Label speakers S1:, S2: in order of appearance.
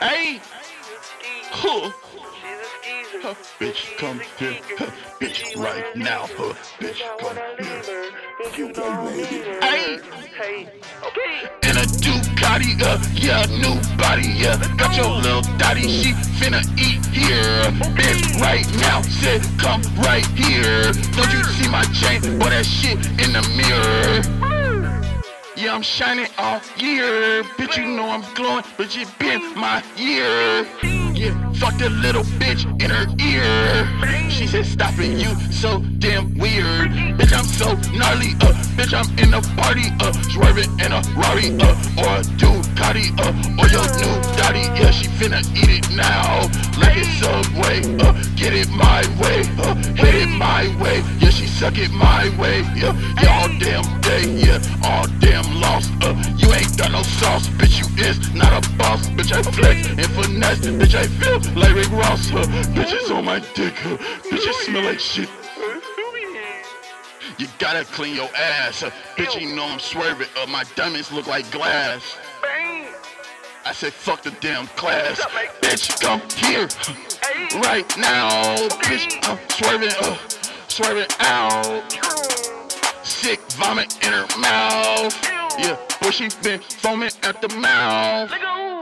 S1: Hey, huh, huh, bitch, come here, huh, bitch, right now, huh, bitch, come here. You know me. Hey, and a Ducati, uh, yeah, new body, yeah. Got your little daddy, she finna eat here. Bitch, right now, said come right here. Don't you see my chain or that shit in the mirror? Yeah, I'm shining all year. Bitch, you know I'm glowing, but you been my year. Yeah, fuck the little bitch in her ear. She said, Stop it, you so damn weird. Bitch, I'm so gnarly, uh. Bitch, I'm in a party, uh. Swerving in a Rari, uh. Or a Ducati, uh. Or your new daddy, yeah. She finna eat it now. Like it's Subway, uh. Get it my way, uh. Hit it my way, yeah. She suck it my way, yeah. Yeah, all damn day, yeah. All damn lost, uh. You ain't got no sauce, bitch. You is not a boss, bitch. I flex and finesse, bitch. I feel like Rick Ross, huh? Bitches on my dick, huh? Bitches smell like shit. You gotta clean your ass, huh? Bitch, you know I'm swerving, uh. My diamonds look like glass. I said, fuck the damn class. Bitch, come here right now. Bitch, I'm swerving, uh, swerving out. Sick vomit in her mouth. Yeah, boy, she been foaming at the mouth.
S2: Nigga, ooh.